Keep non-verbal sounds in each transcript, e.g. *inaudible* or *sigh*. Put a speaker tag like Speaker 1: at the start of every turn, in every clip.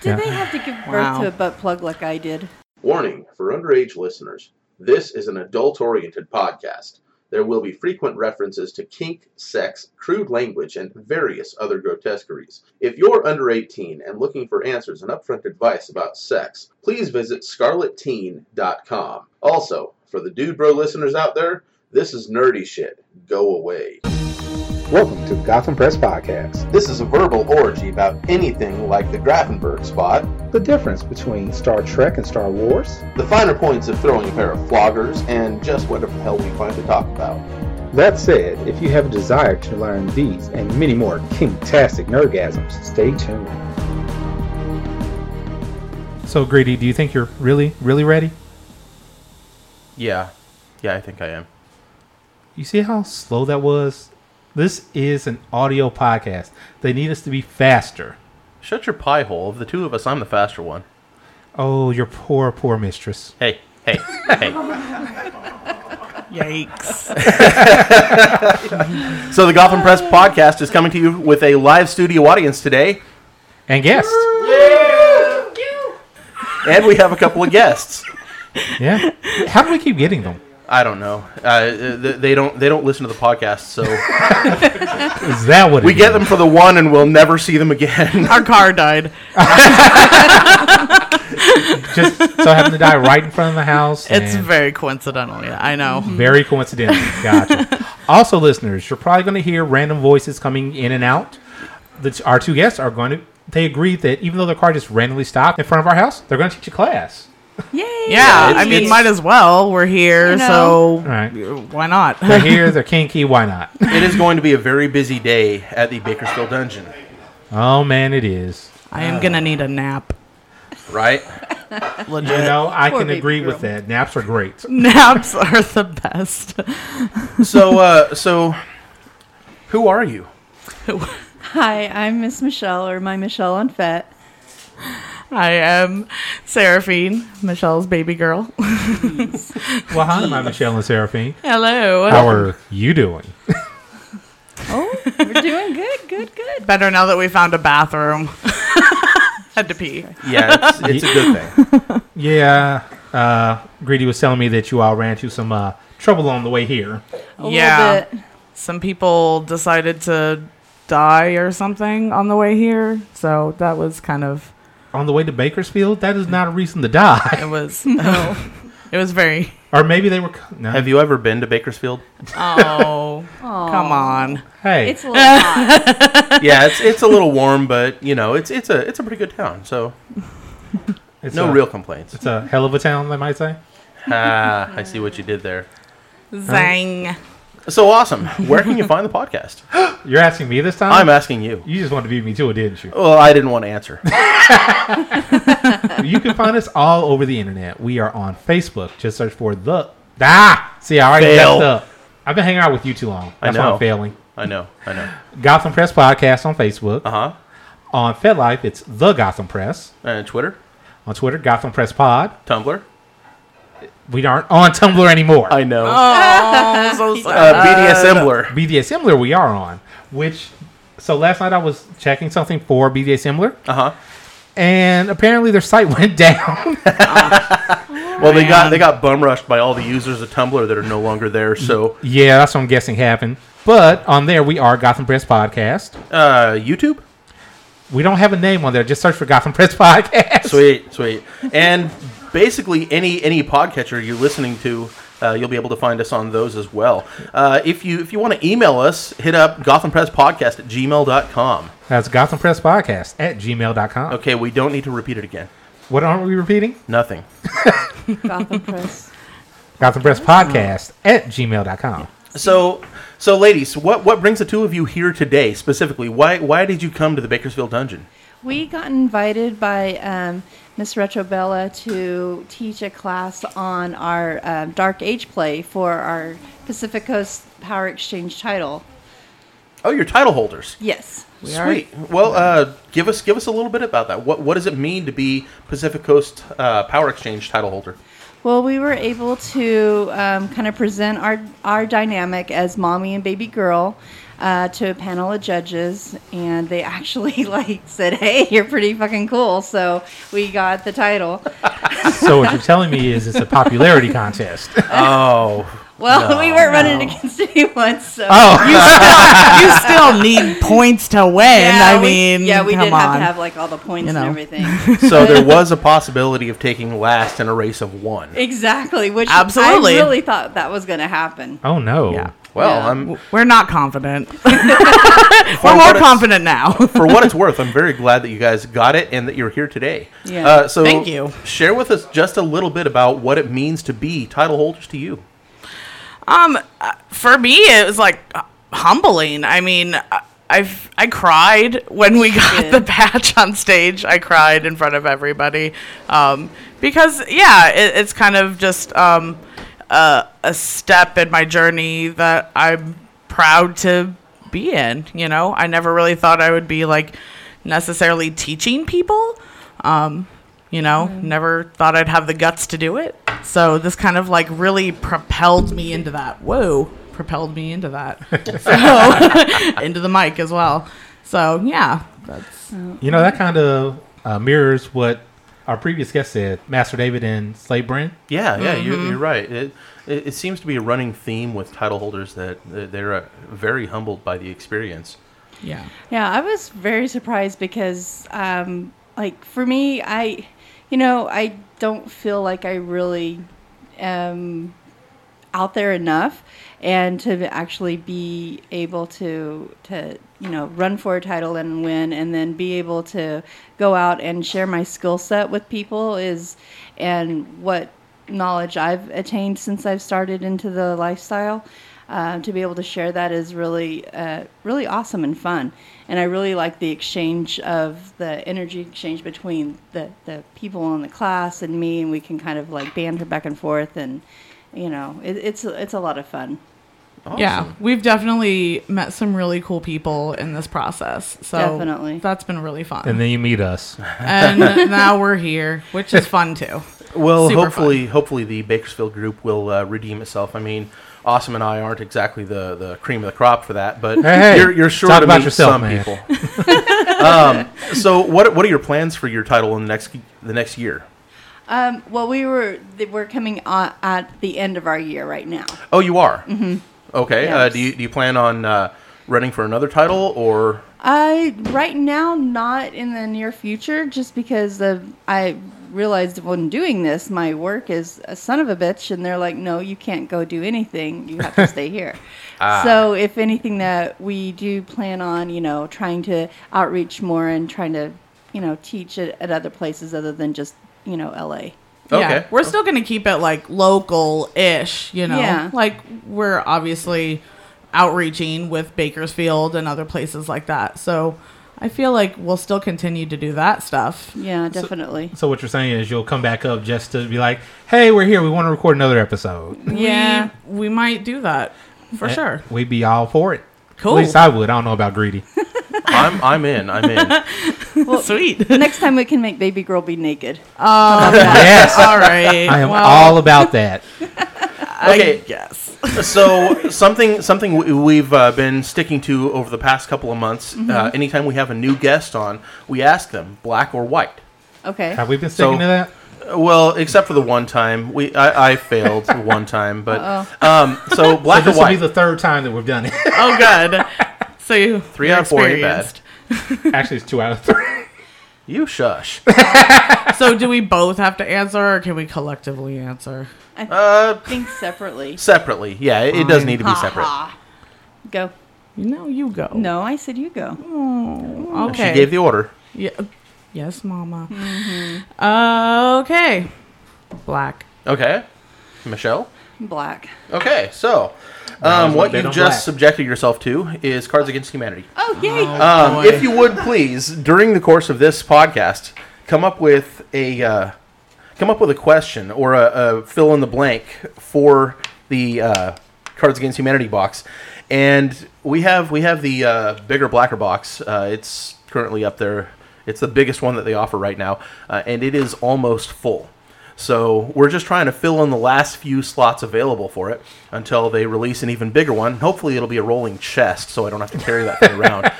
Speaker 1: Did they have to give birth
Speaker 2: Wow.
Speaker 1: to a butt plug like I did?
Speaker 3: Warning for underage listeners this is an adult oriented podcast. There will be frequent references to kink, sex, crude language, and various other grotesqueries. If you're under 18 and looking for answers and upfront advice about sex, please visit scarletteen.com. Also, for the dude bro listeners out there, this is nerdy shit. Go away.
Speaker 4: Welcome to the Gotham Press Podcast,
Speaker 3: This is a verbal orgy about anything like the Grafenberg spot,
Speaker 4: the difference between Star Trek and Star Wars.
Speaker 3: the finer points of throwing a pair of floggers, and just whatever the hell we find to talk about.
Speaker 4: That said, if you have a desire to learn these and many more kinktastic nerdgasms, stay tuned.
Speaker 5: So greedy, do you think you're really, really ready?
Speaker 6: Yeah. Yeah, I think I am.
Speaker 5: You see how slow that was? This is an audio podcast. They need us to be faster.
Speaker 6: Shut your pie hole. Of the two of us, I'm the faster one.
Speaker 5: Oh, your poor, poor mistress.
Speaker 6: Hey, hey, hey.
Speaker 2: Yikes.
Speaker 6: *laughs* So the Gotham Press podcast is coming to you with a live studio audience today,
Speaker 5: And
Speaker 6: *laughs*
Speaker 5: guest.
Speaker 6: and we have a couple of guests.
Speaker 5: Yeah. How do we keep getting them?
Speaker 6: I don't know. Uh, th- they don't. They don't listen to the podcast, so
Speaker 5: Is that what it
Speaker 6: we
Speaker 5: is?
Speaker 6: get them for the one, and we'll never see them again. *laughs*
Speaker 2: Our car died.
Speaker 5: Just so happen to die right in front of the
Speaker 6: *laughs*
Speaker 5: house.
Speaker 2: It's
Speaker 5: and-
Speaker 2: very coincidental. Yeah, I know.
Speaker 5: Mm-hmm. Very coincidental. Gotcha. also, listeners, you're probably going to hear random voices coming in and out. The, our two guests are going to. They agreed that even though their car just randomly stopped in front of our house, they're going to teach a class.
Speaker 1: Yay!
Speaker 2: Yeah, I mean, might as well. We're here,
Speaker 1: You know.
Speaker 2: so
Speaker 5: Right.
Speaker 2: why not?
Speaker 5: They're here. They're kinky. Why not?
Speaker 1: *laughs*
Speaker 6: it is going to be a very busy day at the Bakersfield Dungeon,
Speaker 5: Oh man, it is.
Speaker 2: *laughs* I am gonna need a nap.
Speaker 6: right?
Speaker 2: Legit. *laughs*
Speaker 5: You know, I
Speaker 1: Poor
Speaker 5: can
Speaker 1: baby
Speaker 5: agree
Speaker 1: girl.
Speaker 5: with that. Naps
Speaker 1: *laughs*
Speaker 5: are great.
Speaker 2: Naps are the best.
Speaker 6: So, uh, so who are you?
Speaker 1: Hi, I'm Miss Michelle, or my Michelle on Fat.
Speaker 2: I am Seraphine, Michelle's baby girl.
Speaker 5: Well, hi, my Michelle and Seraphine.
Speaker 2: Hello.
Speaker 5: How are you doing?
Speaker 1: Oh, we're doing good, good, good.
Speaker 2: Better now that we found a bathroom. *laughs* Had to pee.
Speaker 6: Yeah, *laughs* it's, it's a good thing.
Speaker 5: Yeah. Uh, Greedy was telling me that you all ran into some uh, trouble on the way here.
Speaker 1: A
Speaker 2: Yeah.
Speaker 1: little bit.
Speaker 2: Some people decided to die or something on the way here, so that was kind of
Speaker 5: On the way to Bakersfield, that is not a reason to die. *laughs*
Speaker 1: *laughs*
Speaker 2: it was it was very
Speaker 5: or maybe they were. c- No.
Speaker 6: Have you ever been to *laughs* Bakersfield?
Speaker 2: oh come on
Speaker 5: hey,
Speaker 2: *laughs*
Speaker 1: It's a little hot.
Speaker 6: yeah, it's it's a little warm, but you know, it's it's a it's a pretty good town. So
Speaker 5: it's
Speaker 6: no
Speaker 5: a-
Speaker 6: real complaints.
Speaker 5: It's a hell of a town, they might say.
Speaker 6: *laughs* Ah, I see what you did there.
Speaker 2: zang
Speaker 6: So awesome. Where can you find the *laughs* podcast?
Speaker 5: You're asking me this time.
Speaker 6: I'm asking you.
Speaker 5: you just wanted to beat me to it, didn't you?
Speaker 6: Well, I didn't want to answer.
Speaker 5: you can find us all over the internet. We are on Facebook. Just search for the. Ah! See, I already
Speaker 6: Fail.
Speaker 5: messed up. I've been hanging out with you too long.
Speaker 6: I
Speaker 5: That's why
Speaker 6: know.
Speaker 5: I'm failing.
Speaker 6: *laughs* I know. I know.
Speaker 5: Gotham Press Podcast on Facebook.
Speaker 6: Uh-huh.
Speaker 5: On FedLife, it's The Gotham Press.
Speaker 6: Uh, Twitter,
Speaker 5: On Twitter, Gotham Press Pod.
Speaker 6: Tumblr.
Speaker 5: We aren't on Tumblr anymore.
Speaker 6: I know.
Speaker 2: oh *laughs* so sad.
Speaker 6: uh, BDSMler.
Speaker 5: BDSMler we are on, which... So last night I was checking something for BDSMler,
Speaker 6: Uh-huh.
Speaker 5: and apparently their site *laughs* went down.
Speaker 6: Well, they got they got bum rushed by all the users of Tumblr that are no longer there. So,
Speaker 5: yeah, that's what I'm guessing happened. But on there, we are Gotham Press Podcast.
Speaker 6: uh YouTube?
Speaker 5: We don't have a name on there. Just search for Gotham Press Podcast.
Speaker 6: Sweet, sweet. And basically any any podcatcher you're listening to, uh, you'll be able to find us on those as well. Uh, if you if you want to email us, hit up gothampresspodcast at gmail.com.
Speaker 5: That's Gotham Press Podcast at gmail.com.
Speaker 6: Okay, we don't need to repeat it again.
Speaker 5: What aren't we repeating?
Speaker 6: Nothing.
Speaker 1: Gotham Press.
Speaker 5: Gotham Press Podcast at gmail.com.
Speaker 6: So so ladies, what what brings the two of you here today specifically? Why why did you come to the Bakersfield dungeon?
Speaker 1: We got invited by um, Miss Retrobella to teach a class on our um, Dark Age play for our Pacific Coast Power Exchange title.
Speaker 6: Oh, you're title holders.
Speaker 1: Yes.
Speaker 2: We are-
Speaker 6: Sweet. Well, uh, give us give us a little bit about that. What what does it mean to be Pacific Coast uh, Power Exchange title holder?
Speaker 1: Well, we were able to um, kind of present our our dynamic as mommy and baby girl. uh, to a panel of judges, and they *laughs* actually like said, "Hey, you're pretty fucking cool." So we got the title. *laughs*
Speaker 5: So what you're telling me is it's a popularity contest.
Speaker 6: Oh,
Speaker 1: Well, we weren't running against *laughs* anyone, so
Speaker 5: Oh,
Speaker 2: You still,
Speaker 1: *laughs*
Speaker 2: you still need points to win. I
Speaker 1: we-
Speaker 2: mean,
Speaker 1: yeah, we
Speaker 2: come
Speaker 1: did
Speaker 2: on.
Speaker 1: have to have like all the points
Speaker 2: You know.
Speaker 1: and everything. *laughs*
Speaker 6: so
Speaker 2: *laughs*
Speaker 6: there was a possibility of taking last in a race of one.
Speaker 1: exactly, which
Speaker 2: Absolutely.
Speaker 1: I really thought that was going to happen.
Speaker 5: oh no.
Speaker 2: Yeah.
Speaker 6: Well,
Speaker 1: Yeah.
Speaker 6: I'm
Speaker 2: We're not confident.
Speaker 6: for
Speaker 2: We're more
Speaker 6: what it's-
Speaker 2: confident
Speaker 1: *laughs*
Speaker 6: *laughs*
Speaker 2: now.
Speaker 6: for what it's worth, I'm very glad that you guys got it and that you're here today.
Speaker 1: Yeah.
Speaker 6: Uh, so
Speaker 2: Thank you.
Speaker 6: Share with us just a little bit about what it means to be title holders to you.
Speaker 2: Um, uh, for me, it was like uh, humbling. I mean, I- I've I cried when we got
Speaker 1: Yeah.
Speaker 2: the patch on stage. I cried in front of everybody, um, because yeah, it, it's kind of just um, uh, a step in my journey that I'm proud to be in. You know, I never really thought I would be like necessarily teaching people. Um, you know, never thought I'd have the guts to do it. So this kind of like really propelled me into that. Whoa, propelled me into that. so *laughs* into the mic as well. So yeah, that's
Speaker 5: You know that kind of uh, mirrors what our previous guest said, Master David and Slave Brent.
Speaker 6: Yeah, yeah,
Speaker 2: Mm-hmm.
Speaker 6: you're, you're right. It, it it seems to be a running theme with title holders that that they're uh, very humbled by the experience.
Speaker 2: yeah.
Speaker 1: Yeah, I was very surprised because, um, like, for me, I, you know, I don't feel like I really um, am out there enough, and to actually be able to to you know run for a title and win, and then be able to go out and share my skill set with people is, and what knowledge I've attained since I've started into the lifestyle um, to be able to share that is really uh, really awesome and fun and i really like the exchange of the energy exchange between the, the people in the class and me and we can kind of like banter back and forth and you know it, it's it's a lot of fun
Speaker 2: Yeah, we've definitely met some really cool people in this process. So
Speaker 1: Definitely.
Speaker 2: that's been really fun.
Speaker 5: And
Speaker 2: And,
Speaker 5: then you meet us.
Speaker 2: now we're here, which is fun too.
Speaker 6: Well,
Speaker 2: Super
Speaker 6: hopefully, hopefully the Bakersfield group will uh, redeem itself. I mean, Awesome and I aren't exactly the, the cream of the crop for that, but
Speaker 5: Hey, hey,
Speaker 6: you're, you're sure
Speaker 5: talk
Speaker 6: to
Speaker 5: about
Speaker 6: meet
Speaker 5: yourself,
Speaker 6: some
Speaker 5: man.
Speaker 6: people.
Speaker 5: *laughs*
Speaker 6: um, so, what what are your plans for your title in the next the next year?
Speaker 1: um, well we were th- we're coming on at the end of our year right now
Speaker 6: Oh, you are. Mm-hmm. Okay. Uh,
Speaker 1: Yes.
Speaker 6: do you do you plan on uh, running for another title or?
Speaker 1: I right now not in the near future, just because of I realized when doing this, my work is a son of a bitch, and they're like, no, you can't go do anything. You have to stay here. So if anything that we do plan on, you know, trying to outreach more and trying to, you know, teach at, at other places other than just you know L.A.
Speaker 6: Okay.
Speaker 2: Yeah, we're still going to keep it like local ish, you know?
Speaker 1: Yeah.
Speaker 2: Like we're obviously outreaching with Bakersfield and other places like that. So I feel like we'll still continue to do that stuff.
Speaker 1: Yeah, definitely.
Speaker 5: *laughs* So what you're saying is you'll come back up just to be like, "Hey, we're here. We want to record another episode."
Speaker 1: Yeah.
Speaker 2: We, we might do that for
Speaker 5: Eh,
Speaker 2: sure.
Speaker 5: We'd be all for it.
Speaker 2: Cool.
Speaker 5: At least I would. I don't know about
Speaker 2: *laughs*
Speaker 5: greedy.
Speaker 6: I'm I'm in. I'm in.
Speaker 2: *laughs* Sweet.
Speaker 1: Next time we can make baby girl be naked.
Speaker 5: yes,
Speaker 2: All right.
Speaker 5: I am
Speaker 2: well,
Speaker 5: all about that.
Speaker 6: Okay.
Speaker 2: Yes.
Speaker 6: so something something we- we've uh, been sticking to over the past couple of months. Uh, anytime we have a new guest on, we ask them black or white.
Speaker 1: Okay.
Speaker 5: Have we been sticking
Speaker 6: So-
Speaker 5: to that?
Speaker 6: Uh, Well, except for the one time we I, I failed one time, but um, so black
Speaker 5: So
Speaker 6: or
Speaker 5: this will be
Speaker 6: white.
Speaker 5: the third time that we've done
Speaker 2: *laughs*
Speaker 5: it.
Speaker 2: Oh, good. So you
Speaker 6: Three
Speaker 2: you're
Speaker 6: out of four ain't bad.
Speaker 2: experienced.
Speaker 5: Actually, it's two out of three.
Speaker 6: you shush.
Speaker 2: So do we both have to answer or can we collectively answer?
Speaker 1: I
Speaker 6: Uh,
Speaker 1: think separately.
Speaker 6: separately, yeah, it, it does
Speaker 2: Fine.
Speaker 6: need to be separate.
Speaker 1: Go.
Speaker 2: You know, you go.
Speaker 1: No, I said you go.
Speaker 2: Okay.
Speaker 6: She gave the order.
Speaker 2: Yeah. Yes, Mama. Uh, okay. Mm-hmm. Black.
Speaker 6: Okay, Michelle.
Speaker 1: Black.
Speaker 6: Okay, so um, what
Speaker 5: bid
Speaker 6: you've
Speaker 5: on
Speaker 6: just
Speaker 5: black.
Speaker 6: subjected yourself to is Cards Against Humanity.
Speaker 1: Oh yay!
Speaker 6: Um, if you would please, during the course of this podcast, come up with a uh, come up with a question or a, a fill in the blank for the uh, Cards Against Humanity box, and we have we have the uh, bigger blacker box. Uh, it's currently up there. It's the biggest one that they offer right now, uh, and it is almost full. So we're just trying to fill in the last few slots available for it until they release an even bigger one. Hopefully, it'll be a rolling chest, so I don't have to carry that thing
Speaker 2: *laughs*
Speaker 6: around.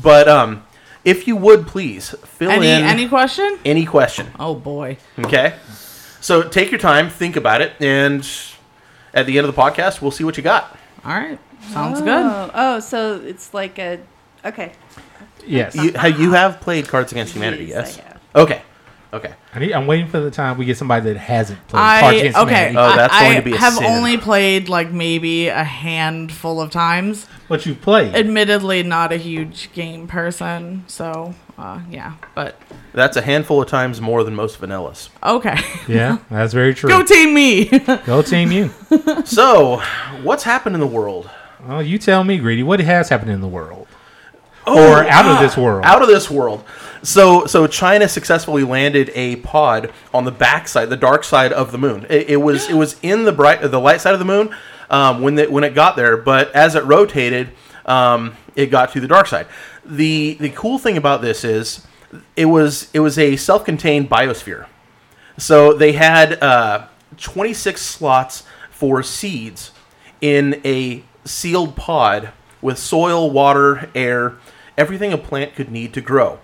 Speaker 6: But um, if you would please fill
Speaker 2: Any
Speaker 6: in
Speaker 2: any question?
Speaker 6: any question.
Speaker 2: Oh boy.
Speaker 6: Okay. So take your time, think about it, and at the end of the podcast, we'll see what you got.
Speaker 2: All right. Sounds good.
Speaker 1: Oh, oh, so it's like a okay.
Speaker 5: Yes.
Speaker 6: You, ha- you have played Cards Against Humanity,
Speaker 1: Yes,
Speaker 6: yes?
Speaker 1: I have.
Speaker 6: Okay. Okay.
Speaker 5: I need, I'm waiting for the time we get somebody that hasn't played Cards
Speaker 2: I
Speaker 5: Against
Speaker 2: okay.
Speaker 5: Humanity.
Speaker 6: Oh, that's
Speaker 2: I,
Speaker 6: going to be
Speaker 2: I
Speaker 6: a
Speaker 2: have
Speaker 6: sin.
Speaker 2: only played like maybe a handful of times.
Speaker 5: what you played.
Speaker 2: Admittedly, not a huge game person, so uh, yeah. But
Speaker 6: That's a handful of times more than most vanillas.
Speaker 2: okay,
Speaker 5: yeah, that's very true.
Speaker 2: go team me.
Speaker 5: Go team you.
Speaker 6: so, what's happened in the world?
Speaker 5: Well, you tell me, Greedy, what has happened in the world? or out of this world?
Speaker 6: Oh, ah, Out of this world. So, so China successfully landed a pod on the backside, the dark side of the moon. It, it was it was in the bright, the light side of the moon um, when it when it got there, but as it rotated, um, it got to the dark side. the The cool thing about this is it was it was a self contained biosphere. So they had uh, 26 slots for seeds in a sealed pod with soil, water, air, everything a plant could need to grow.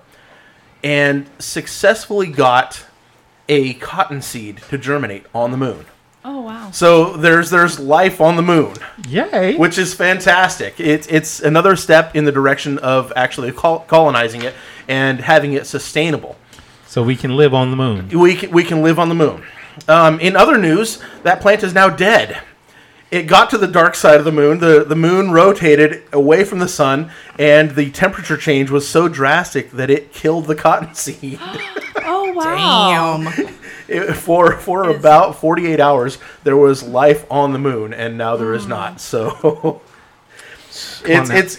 Speaker 6: And successfully got a cotton seed to germinate on the moon.
Speaker 1: Oh wow.
Speaker 6: So there's there's life on the moon
Speaker 5: Yay.
Speaker 6: which is fantastic. It's it's another step in the direction of actually col- colonizing it and having it sustainable.
Speaker 5: so we can live on the moon.
Speaker 6: We can, we can live on the moon. Um, in other news, that plant is now dead. It got to the dark side of the moon. The, the moon rotated away from the sun, and the temperature change was so drastic that it killed the *laughs* cottonseed.
Speaker 1: Oh wow.
Speaker 2: *laughs* Damn.
Speaker 6: It- *laughs* for for about 48 hours, there was life on the moon, and now there is not. *laughs* So it's
Speaker 5: now.
Speaker 6: it's a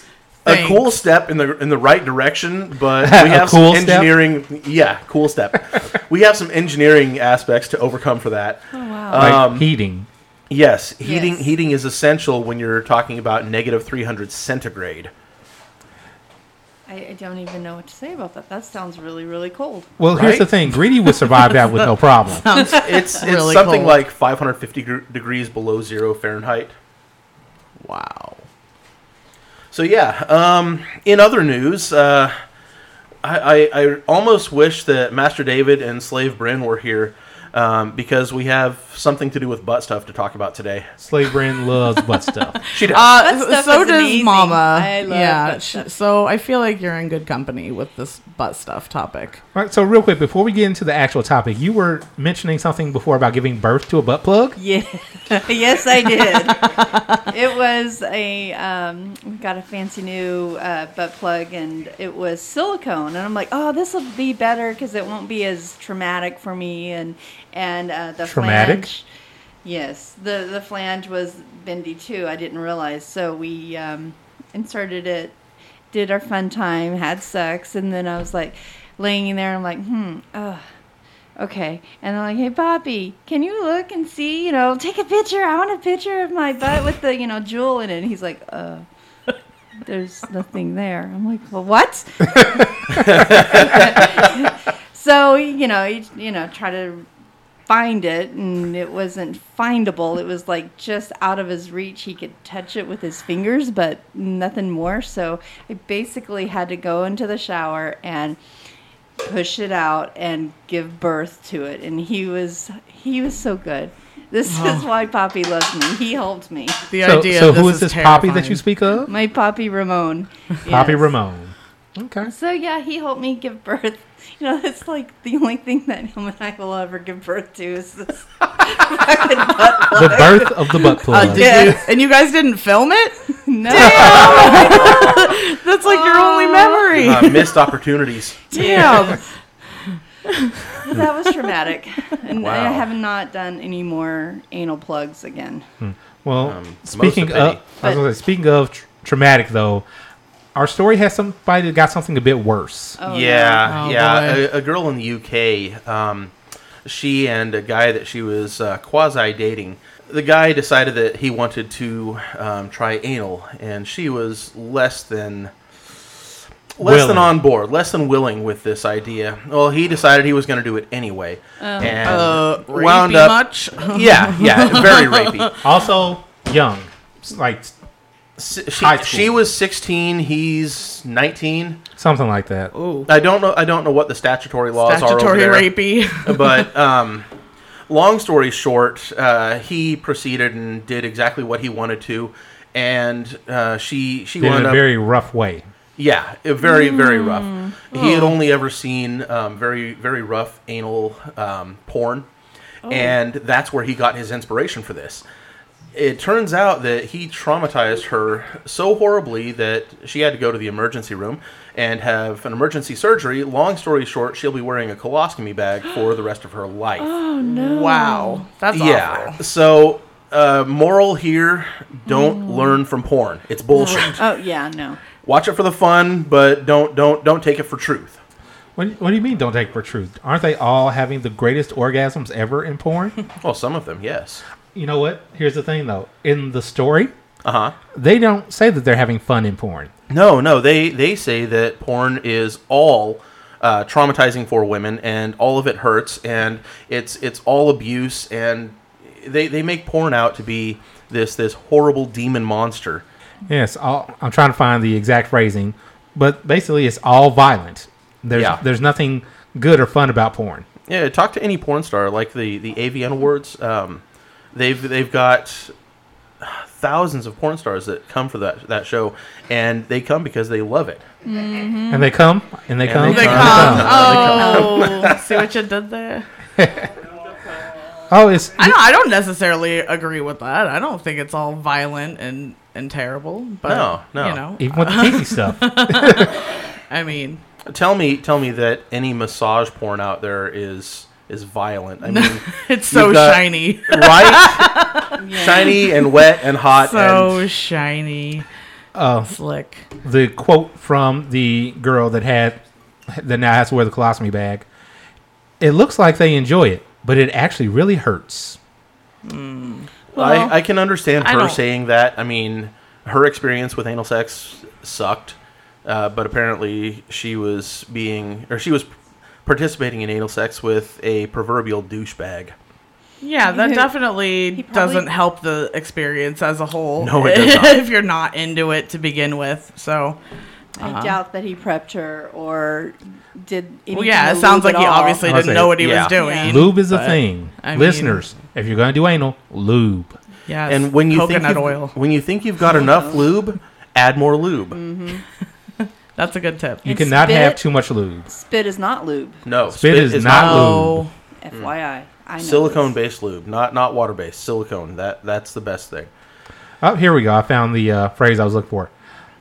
Speaker 2: Thanks.
Speaker 6: cool step in the in the right direction, but we
Speaker 5: A
Speaker 6: have
Speaker 5: cool
Speaker 6: some
Speaker 5: step?
Speaker 6: engineering. Yeah, cool step. we have some engineering aspects to overcome for that.
Speaker 1: Oh wow.
Speaker 5: Like
Speaker 6: um,
Speaker 5: heating.
Speaker 6: Yes, heating
Speaker 1: Yes.
Speaker 6: heating is essential when you're talking about negative 300 centigrade.
Speaker 1: I, I don't even know what to say about that. That sounds really really cold.
Speaker 5: Well, here's
Speaker 6: right?
Speaker 5: the thing. Greedy would survive that
Speaker 2: *laughs*
Speaker 5: with no problem.
Speaker 6: It's it's
Speaker 2: Really
Speaker 6: something
Speaker 2: cold.
Speaker 6: like 550 gr- degrees below zero Fahrenheit.
Speaker 2: Wow.
Speaker 6: So yeah, um, in other news, uh, I, I, I almost wish that Master David and Slave Bryn were here um, because we have something to do with butt stuff to talk about today.
Speaker 5: Slave Brand loves butt stuff.
Speaker 6: She does.
Speaker 2: Uh,
Speaker 1: stuff
Speaker 2: so
Speaker 1: is
Speaker 2: does
Speaker 1: amazing.
Speaker 2: Mama.
Speaker 1: I love
Speaker 2: yeah.
Speaker 1: that
Speaker 2: sh-
Speaker 1: stuff.
Speaker 2: So I feel like you're in good company with this butt stuff topic.
Speaker 5: All right, so real quick, before we get into the actual topic, you were mentioning something before about giving birth to a butt plug.
Speaker 1: Yeah. *laughs* yes, I did. it was a um, we got a fancy new uh, butt plug, and it was silicone. And I'm like, oh, this will be better because it won't be as traumatic for me. And and uh, the
Speaker 5: Traumatic?
Speaker 1: flange. Yes, the the flange was bendy too. I didn't realize. So we um, inserted it, did our fun time, had sex, and then I was like laying there. I'm like, hmm, ugh. Okay. And I'm like, hey, Bobby, can you look and see, you know, take a picture. I want a picture of my butt with the, you know, jewel in it. And he's like, uh, there's nothing there. I'm like, well, what? *laughs* so, you know, you, you know, try to find it and it wasn't findable. It was like just out of his reach. He could touch it with his fingers, but nothing more. So I basically had to go into the shower and push it out and give birth to it and he was he was so good this
Speaker 2: Oh.
Speaker 1: is why poppy loves me he helped me
Speaker 2: The
Speaker 5: so,
Speaker 2: idea.
Speaker 5: so
Speaker 2: of this
Speaker 5: who is this poppy that you
Speaker 2: terrifying. Mm-hmm.
Speaker 5: speak of?
Speaker 1: my poppy ramon
Speaker 5: Poppy
Speaker 1: Yes.
Speaker 5: Ramon.
Speaker 2: *laughs*
Speaker 5: Okay.
Speaker 1: so yeah he helped me give birth you know that's like the only thing that him and i will ever give birth to is
Speaker 2: *laughs*
Speaker 1: this fucking butt
Speaker 5: The birth of the butt
Speaker 2: Uh,
Speaker 5: plug.
Speaker 2: *laughs* did you, and you guys didn't film it? *laughs*
Speaker 1: no
Speaker 2: That's like your only memory.
Speaker 6: Uh, missed opportunities.
Speaker 2: Damn.
Speaker 1: that was traumatic and i
Speaker 6: Wow.
Speaker 1: have not done any more anal plugs again
Speaker 5: Well,
Speaker 6: Um, most
Speaker 5: speaking
Speaker 6: of
Speaker 5: of,
Speaker 6: any.
Speaker 5: I was gonna say, speaking of tr- traumatic though, our story has somebody that got something a bit worse.
Speaker 1: oh no.
Speaker 6: yeah,
Speaker 2: Oh,
Speaker 6: yeah.
Speaker 2: boy.
Speaker 6: A, a girl in the UK, um, she and a guy that she was uh, quasi dating. The guy decided that he wanted to um, try anal, and she was less than less than
Speaker 5: Willing.
Speaker 6: on board, less than willing with this idea. Well, he decided he was going to do it anyway, and
Speaker 2: Uh,
Speaker 6: wound
Speaker 2: rapey
Speaker 6: up.
Speaker 2: much?
Speaker 6: Yeah, yeah, very rapey.
Speaker 5: Also, young. It's Like
Speaker 6: S-
Speaker 5: High
Speaker 6: She,
Speaker 5: school.
Speaker 6: she was 16. He's 19.
Speaker 5: something like that.
Speaker 2: Ooh.
Speaker 6: I don't know. I don't know what the statutory laws
Speaker 2: Statutory
Speaker 6: are. over there.
Speaker 2: rapey. *laughs*
Speaker 6: but um, long story short, uh, he proceeded and did exactly what he wanted to, and uh, she she
Speaker 5: Did it in
Speaker 6: wound
Speaker 5: a
Speaker 6: up
Speaker 5: very rough way.
Speaker 6: yeah it- very very rough. He
Speaker 2: Hmm.
Speaker 6: had only ever seen um, very very rough anal um, porn,
Speaker 2: Oh.
Speaker 6: and that's where he got his inspiration for this. It turns out that he traumatized her so horribly that she had to go to the emergency room and have an emergency surgery. Long story short, she'll be wearing a colostomy
Speaker 2: *gasps*
Speaker 6: bag for the rest of her life.
Speaker 2: Wow. That's
Speaker 6: yeah.
Speaker 2: awful.
Speaker 6: So, uh, moral here: don't
Speaker 2: Hmm.
Speaker 6: learn from porn. It's bullshit.
Speaker 1: Oh yeah, no.
Speaker 6: Watch it for the fun, but don't don't don't take it for truth.
Speaker 5: What, what do you mean? Don't take for truth? Aren't they all having the greatest orgasms ever in porn?
Speaker 6: Well, some of them, yes.
Speaker 5: you know what? Here's the thing, though. In the story,
Speaker 6: Uh huh.
Speaker 5: they don't say that they're having fun in porn.
Speaker 6: No, no. They they say that porn is all. Uh, traumatizing for women, and all of it hurts, and it's it's all abuse, and they, they make porn out to be this this horrible demon monster.
Speaker 5: Yes, all, I'm trying to find the exact phrasing, but basically, it's all violent. There's
Speaker 6: Yeah.
Speaker 5: there's nothing good or fun about porn.
Speaker 6: Yeah, talk to any porn star. Like the the AVN Awards, um, they've they've got thousands of porn stars that come for that that show, and they come because they love it.
Speaker 5: And they come, and Uh, they
Speaker 6: And
Speaker 5: come,
Speaker 6: they
Speaker 2: They
Speaker 5: and
Speaker 2: come. Oh, see what you did there?
Speaker 5: Oh, it's
Speaker 2: I don't, I don't necessarily agree with that. I don't think it's all violent and, and terrible. But,
Speaker 6: No, no.
Speaker 2: You know,
Speaker 5: even with the kinky stuff.
Speaker 2: I mean,
Speaker 6: Tell me, tell me that any massage porn out there is is
Speaker 5: *laughs*
Speaker 6: violent. I mean,
Speaker 2: *laughs* it's so
Speaker 6: You've got- *laughs*
Speaker 2: shiny.
Speaker 6: right? Shiny and wet and hot.
Speaker 2: so
Speaker 6: and, Oh.
Speaker 2: shiny. Slick.
Speaker 5: the quote from the girl that had that now has to wear the colostomy bag. It looks like they enjoy it, but it actually really hurts.
Speaker 1: Well,
Speaker 6: I, I can understand
Speaker 2: I
Speaker 6: her
Speaker 2: don't-
Speaker 6: saying that. I mean, her experience with anal sex sucked, uh, but apparently she was being or she was participating in anal sex with a proverbial douchebag.
Speaker 2: Yeah,
Speaker 1: *laughs*
Speaker 2: that
Speaker 1: He-
Speaker 2: definitely
Speaker 1: probably-
Speaker 2: doesn't help the experience as a whole.
Speaker 6: No, it does not.
Speaker 2: *laughs* if you're not into it to begin with. So,
Speaker 1: I doubt that he prepped her or did. anything
Speaker 2: Uh-huh. well, yeah, it
Speaker 1: to
Speaker 2: sounds
Speaker 1: lube
Speaker 2: like
Speaker 1: at
Speaker 2: he
Speaker 1: all.
Speaker 2: obviously
Speaker 5: I'll
Speaker 2: didn't
Speaker 5: say,
Speaker 2: know what he
Speaker 6: yeah.
Speaker 2: was doing.
Speaker 1: Yeah.
Speaker 5: Lube is a
Speaker 2: but,
Speaker 5: thing.
Speaker 2: I mean-
Speaker 5: Listeners, if you're going to do anal, lube.
Speaker 2: Yes,
Speaker 6: And when you
Speaker 2: coconut
Speaker 6: think you've-
Speaker 2: oil,
Speaker 6: when you think you've got enough lube, add more lube.
Speaker 2: Mm. that's a good tip.
Speaker 5: You
Speaker 1: And
Speaker 5: cannot
Speaker 1: spit
Speaker 5: have
Speaker 1: it.
Speaker 5: too much lube.
Speaker 1: Spit is not lube.
Speaker 6: No,
Speaker 5: Spit is not lube.
Speaker 2: Oh,
Speaker 1: FYI, I know
Speaker 6: Silicone based lube, not not water based. Silicone. That that's the best thing.
Speaker 5: Oh, here we go. I found the uh, phrase I was looking for.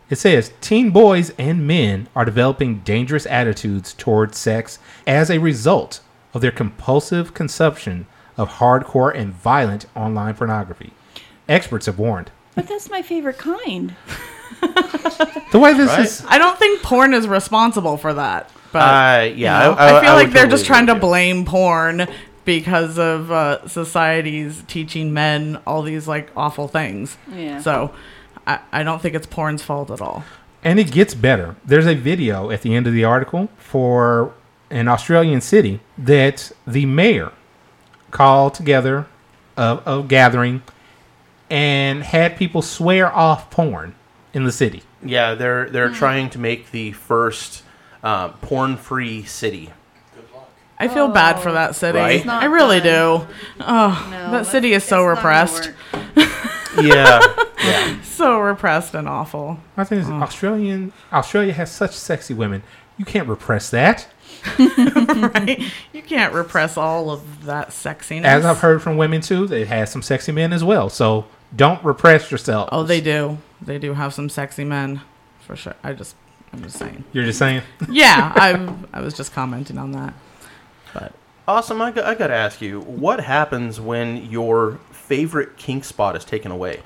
Speaker 5: It says teen boys and men are developing dangerous attitudes towards sex as a result of their compulsive consumption of hardcore and violent online pornography. Experts have warned.
Speaker 1: this. But that's my favorite kind.
Speaker 5: The way this
Speaker 6: Right.
Speaker 5: is
Speaker 2: I don't think porn is responsible for that. But
Speaker 6: Uh, yeah,
Speaker 2: you know,
Speaker 6: I-
Speaker 2: I,
Speaker 6: I-
Speaker 2: feel
Speaker 6: I
Speaker 2: like
Speaker 6: would
Speaker 2: they're
Speaker 6: totally
Speaker 2: just trying
Speaker 6: agree
Speaker 2: to
Speaker 6: with you.
Speaker 2: blame porn because of uh, society's teaching men all these like awful things.
Speaker 1: Yeah.
Speaker 2: So I, I don't think it's porn's fault at all.
Speaker 5: And it gets better. There's a video at the end of the article for an Australian city that the mayor called together a, a gathering and had people swear off porn in the city.
Speaker 6: Yeah, they're they're trying to make the first uh, porn free city.
Speaker 2: I feel bad for that city.
Speaker 6: Right? It's
Speaker 1: Oh. not
Speaker 2: I really
Speaker 1: fun.
Speaker 2: do. Oh,
Speaker 1: No,
Speaker 2: that city is
Speaker 1: that's-
Speaker 2: so
Speaker 1: it's not gonna
Speaker 2: repressed,
Speaker 1: work.
Speaker 6: Yeah, yeah.
Speaker 2: so repressed and awful. *laughs*
Speaker 5: I think
Speaker 2: Mm.
Speaker 5: it's Australian Australia has such sexy women. You can't repress that.
Speaker 2: Right? You can't repress all of that sexiness.
Speaker 5: As I've heard from women too, they has some sexy men as well. So don't repress yourself.
Speaker 2: Oh, they do. They do have some sexy men, for sure. I just, I'm just saying.
Speaker 5: You're just saying.
Speaker 2: Yeah, I, I was just commenting on that. But
Speaker 6: *laughs* Awesome. I got, I got to ask you, what happens when your favorite kink spot is taken away?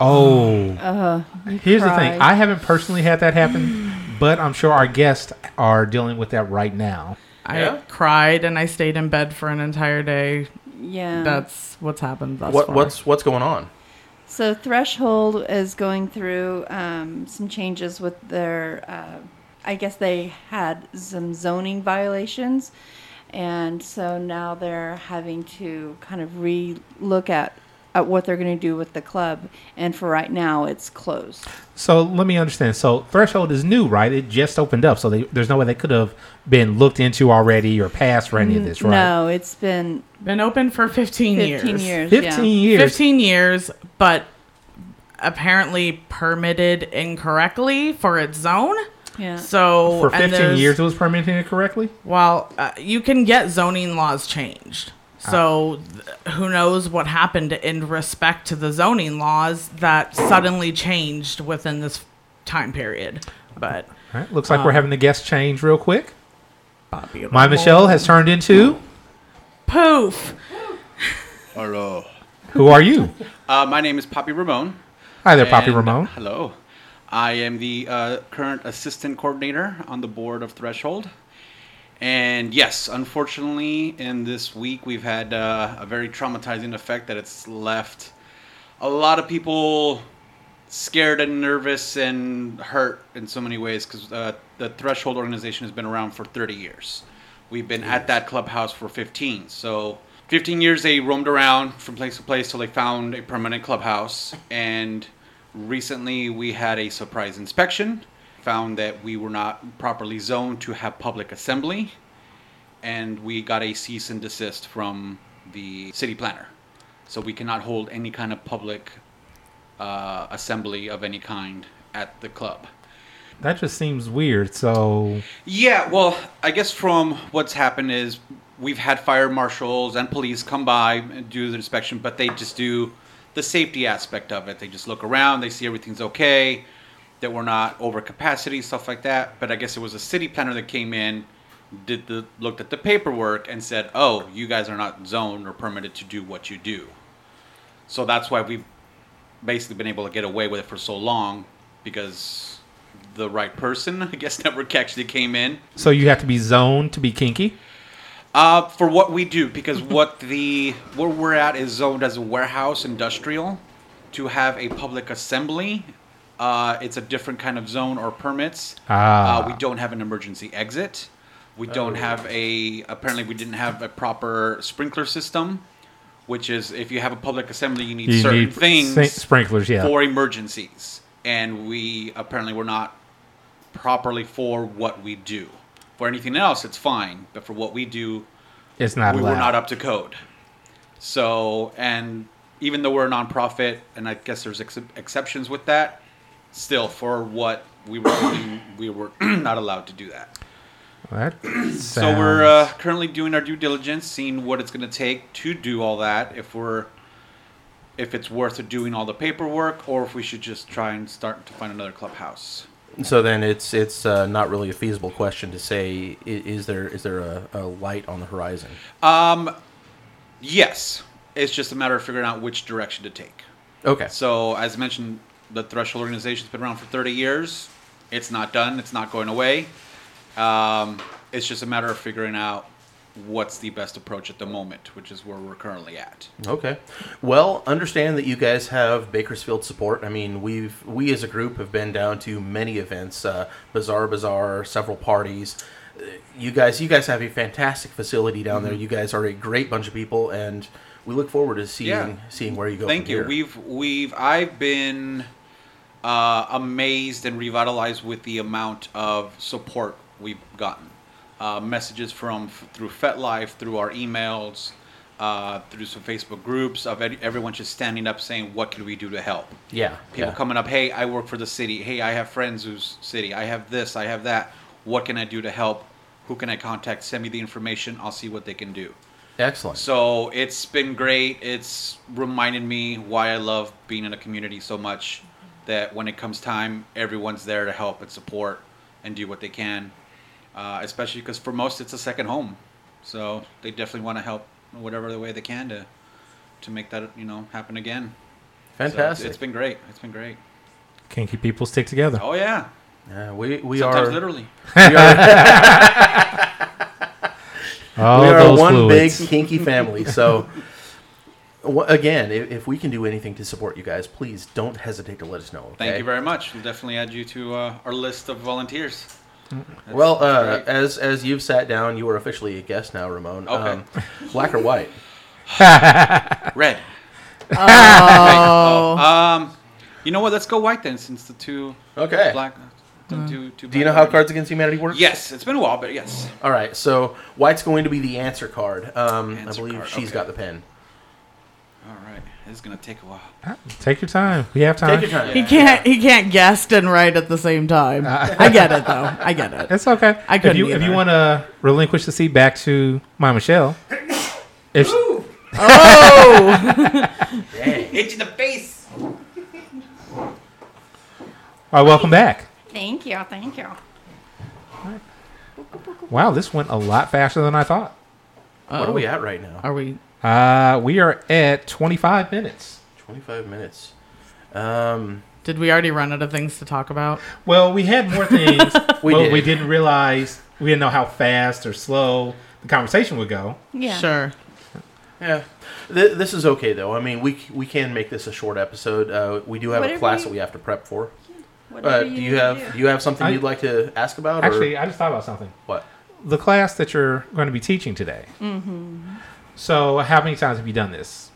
Speaker 5: Oh.
Speaker 1: You
Speaker 5: Here's the
Speaker 1: cry.
Speaker 5: thing. I haven't personally had that happen, but I'm sure our guests are dealing with that right now.
Speaker 2: I
Speaker 6: Yeah?
Speaker 2: cried and I stayed in bed for an entire day.
Speaker 1: yeah.
Speaker 2: That's what's happened thus
Speaker 6: What
Speaker 2: far.
Speaker 6: what's what's going on?
Speaker 1: So Threshold is going through um, some changes with their uh, I guess they had some zoning violations, and so now they're having to kind of re-look at at what they're going to do with the club. And for right now, it's closed.
Speaker 5: So let me understand. So Threshold is new, right? It just opened up, so they, there's no way they could have been looked into already or passed for any of this, right?
Speaker 1: No, it's been
Speaker 2: Been open for 15,
Speaker 1: 15 years. yeah.
Speaker 5: Fifteen years.
Speaker 2: 15 years, but apparently permitted incorrectly for its zone.
Speaker 1: Yeah.
Speaker 2: So
Speaker 5: For
Speaker 2: and
Speaker 5: 15
Speaker 2: there's-
Speaker 5: years, it was permitted incorrectly.
Speaker 2: Well, uh, you can get zoning laws changed.
Speaker 5: Ah.
Speaker 2: So th- who knows what happened in respect to the zoning laws that suddenly changed within this time period. But
Speaker 5: All right. Looks like we're having the guest change real quick.
Speaker 2: Bobby
Speaker 5: My
Speaker 2: Rumble-
Speaker 5: Michelle has turned into.
Speaker 2: poof.
Speaker 7: Hello.
Speaker 5: Who are you?
Speaker 7: Uh, my name is Poppy Ramon.
Speaker 5: Hi there, Poppy
Speaker 7: and- uh,
Speaker 5: Ramon.
Speaker 7: Hello. I am the uh, current assistant coordinator on the board of Threshold. And yes, unfortunately, in this week, we've had uh, a very traumatizing effect that it's left a lot of people scared and nervous and hurt in so many ways because uh, the Threshold organization has been around for 30 years. We've been at that clubhouse for 15. So, 15 years they roamed around from place to place till they found a permanent clubhouse. And recently we had a surprise inspection, found that we were not properly zoned to have public assembly, and we got a cease and desist from the city planner. So, we cannot hold any kind of public uh, assembly of any kind at the club.
Speaker 5: That just seems weird. So
Speaker 7: Yeah, well, I guess from what's happened is we've had fire marshals and police come by and do the inspection, but they just do the safety aspect of it. They just look around, they see everything's okay, that we're not over capacity, stuff like that. But I guess it was a city planner that came in, did the looked at the paperwork and said, "Oh, you guys are not zoned or permitted to do what you do." So that's why we've basically been able to get away with it for so long because the right person, *laughs* I guess, never actually came in.
Speaker 5: so you have to be zoned to be kinky.
Speaker 7: Uh, for what we
Speaker 5: *laughs*
Speaker 7: do, because what the where we're at is zoned as a warehouse industrial. To have a public assembly, uh, it's a different kind of zone or permits.
Speaker 5: Ah. Oh.
Speaker 7: Uh, we don't have an emergency exit. We don't have a. Apparently, we didn't have a proper sprinkler system, which is if you have a public assembly, you need
Speaker 5: You
Speaker 7: certain
Speaker 5: need
Speaker 7: things
Speaker 5: sa- sprinklers. Yeah.
Speaker 7: for emergencies, and we apparently were not properly for what we do. For anything else, it's fine, but for what we do,
Speaker 5: it's not
Speaker 7: we
Speaker 5: allowed.
Speaker 7: were not up to code. So, and even though we're a nonprofit, and I guess there's ex- exceptions with that, still for what we were doing, we were *clears throat* not allowed to do that.
Speaker 5: That
Speaker 7: *clears throat* So we're uh,
Speaker 5: sounds-
Speaker 7: currently doing our due diligence, seeing what it's going to take to do all that. If we're if it's worth doing all the paperwork, or if we should just try and start to find another clubhouse.
Speaker 6: So then it's it's uh, not really a feasible question to say i- is there is there a, a light on the horizon?
Speaker 7: Yes, it's just a matter of figuring out which direction to take.
Speaker 6: Okay.
Speaker 7: So, as mentioned, the Threshold organization's been around for 30 years. It's not done. It's not going away. Um, it's just a matter of figuring out what's the best approach at the moment, which is where we're currently at.
Speaker 6: Okay. Well, understand that you guys have Bakersfield support. I mean, we've we as a group have been down to many events, uh, Bazaar Bazaar, several parties. Uh, You guys, you guys have a fantastic facility down
Speaker 7: Mm-hmm.
Speaker 6: there. You guys are a great bunch of people, and we look forward to seeing
Speaker 7: Yeah.
Speaker 6: seeing where you go.
Speaker 7: Thank
Speaker 6: from
Speaker 7: you.
Speaker 6: here.
Speaker 7: We've we've I've been uh, amazed and revitalized with the amount of support we've gotten. Uh, messages from through FetLife, through our emails, uh, through some Facebook groups of ed- everyone just standing up saying, "What can we do to help?"
Speaker 6: yeah
Speaker 7: People
Speaker 6: yeah.
Speaker 7: coming up, "Hey, I work for the city. Hey, I have friends who's city. I have this. I have that. What can I do to help? Who can I contact? Send me the information. I'll see what they can do."
Speaker 6: Excellent.
Speaker 7: So it's been great. It's reminded me why I love being in a community so much. That when it comes time, everyone's there to help and support and do what they can. Uh, especially because for most, it's a second home, so they definitely want to help in whatever the way they can to to make that you know happen again. So it's-
Speaker 6: Fantastic.
Speaker 7: it's been great. It's been great.
Speaker 5: kinky people stick together.
Speaker 7: Oh yeah.
Speaker 6: Yeah, we we
Speaker 7: Sometimes
Speaker 6: are
Speaker 7: literally. *laughs*
Speaker 6: we are,
Speaker 5: All
Speaker 6: we are
Speaker 5: those
Speaker 6: one
Speaker 5: fluids.
Speaker 6: big kinky family. So. *laughs* wa- Again, if, if we can do anything to support you guys, please don't hesitate to let us know.
Speaker 7: Thank
Speaker 6: okay?
Speaker 7: you very much. We'll definitely add you to uh, our list of volunteers.
Speaker 6: well, uh,
Speaker 7: great.
Speaker 6: as as you've sat down, you are officially a guest now, Ramon. Um,
Speaker 7: Okay.
Speaker 6: black or
Speaker 7: *laughs*
Speaker 6: white?
Speaker 7: Red.
Speaker 2: Oh.
Speaker 7: *laughs* Um, you know what? Let's go white then, since the two
Speaker 6: Okay.
Speaker 7: black. the two- two
Speaker 6: Do you know
Speaker 7: black
Speaker 6: how
Speaker 7: guys-
Speaker 6: Cards Against Humanity works?
Speaker 7: Yes, it's been a while, but yes.
Speaker 6: All right. So white's going to be the answer card. Um, I
Speaker 7: Answer
Speaker 6: believe
Speaker 7: card,
Speaker 6: she's
Speaker 7: okay.
Speaker 6: got the pen.
Speaker 7: All right, this is gonna take a while.
Speaker 5: Ah, Take your time. We have time.
Speaker 6: Take your time.
Speaker 2: He can't. He can't guest and write at the same time. I get it though. I get
Speaker 5: *laughs*
Speaker 2: it.
Speaker 5: It's okay.
Speaker 2: I
Speaker 5: if
Speaker 2: couldn't
Speaker 5: you if you
Speaker 2: either.
Speaker 5: want to relinquish the seat back to my Michelle, if
Speaker 2: Oh,
Speaker 7: Hit in the face.
Speaker 5: all right, welcome back.
Speaker 1: Thank you. Thank you.
Speaker 5: Wow, this went a lot faster than I thought.
Speaker 6: What are we at right now?
Speaker 2: Um, are we?
Speaker 5: Uh, we are at 25 minutes.
Speaker 6: Twenty-five minutes. Um,
Speaker 2: Did we already run out of things to talk about?
Speaker 5: Well, we had more things.
Speaker 6: We
Speaker 5: but
Speaker 6: did.
Speaker 5: we didn't realize we didn't know how fast or slow the conversation would go.
Speaker 1: Yeah.
Speaker 2: Sure.
Speaker 6: yeah. Th- this is okay though. I mean, we c- we can make this a short episode. Uh, we do have a
Speaker 1: Whatever
Speaker 6: class
Speaker 1: you-
Speaker 6: that we have to prep for.
Speaker 1: Whatever
Speaker 6: Uh, do
Speaker 1: need
Speaker 6: you
Speaker 1: to
Speaker 6: have do
Speaker 1: do.
Speaker 6: you have something
Speaker 5: I-
Speaker 6: you'd like to ask about?
Speaker 5: Actually,
Speaker 6: or
Speaker 5: I just thought about something.
Speaker 6: what?
Speaker 5: The class that you're going to be teaching today. Mm-hmm. So, how many times have you done this?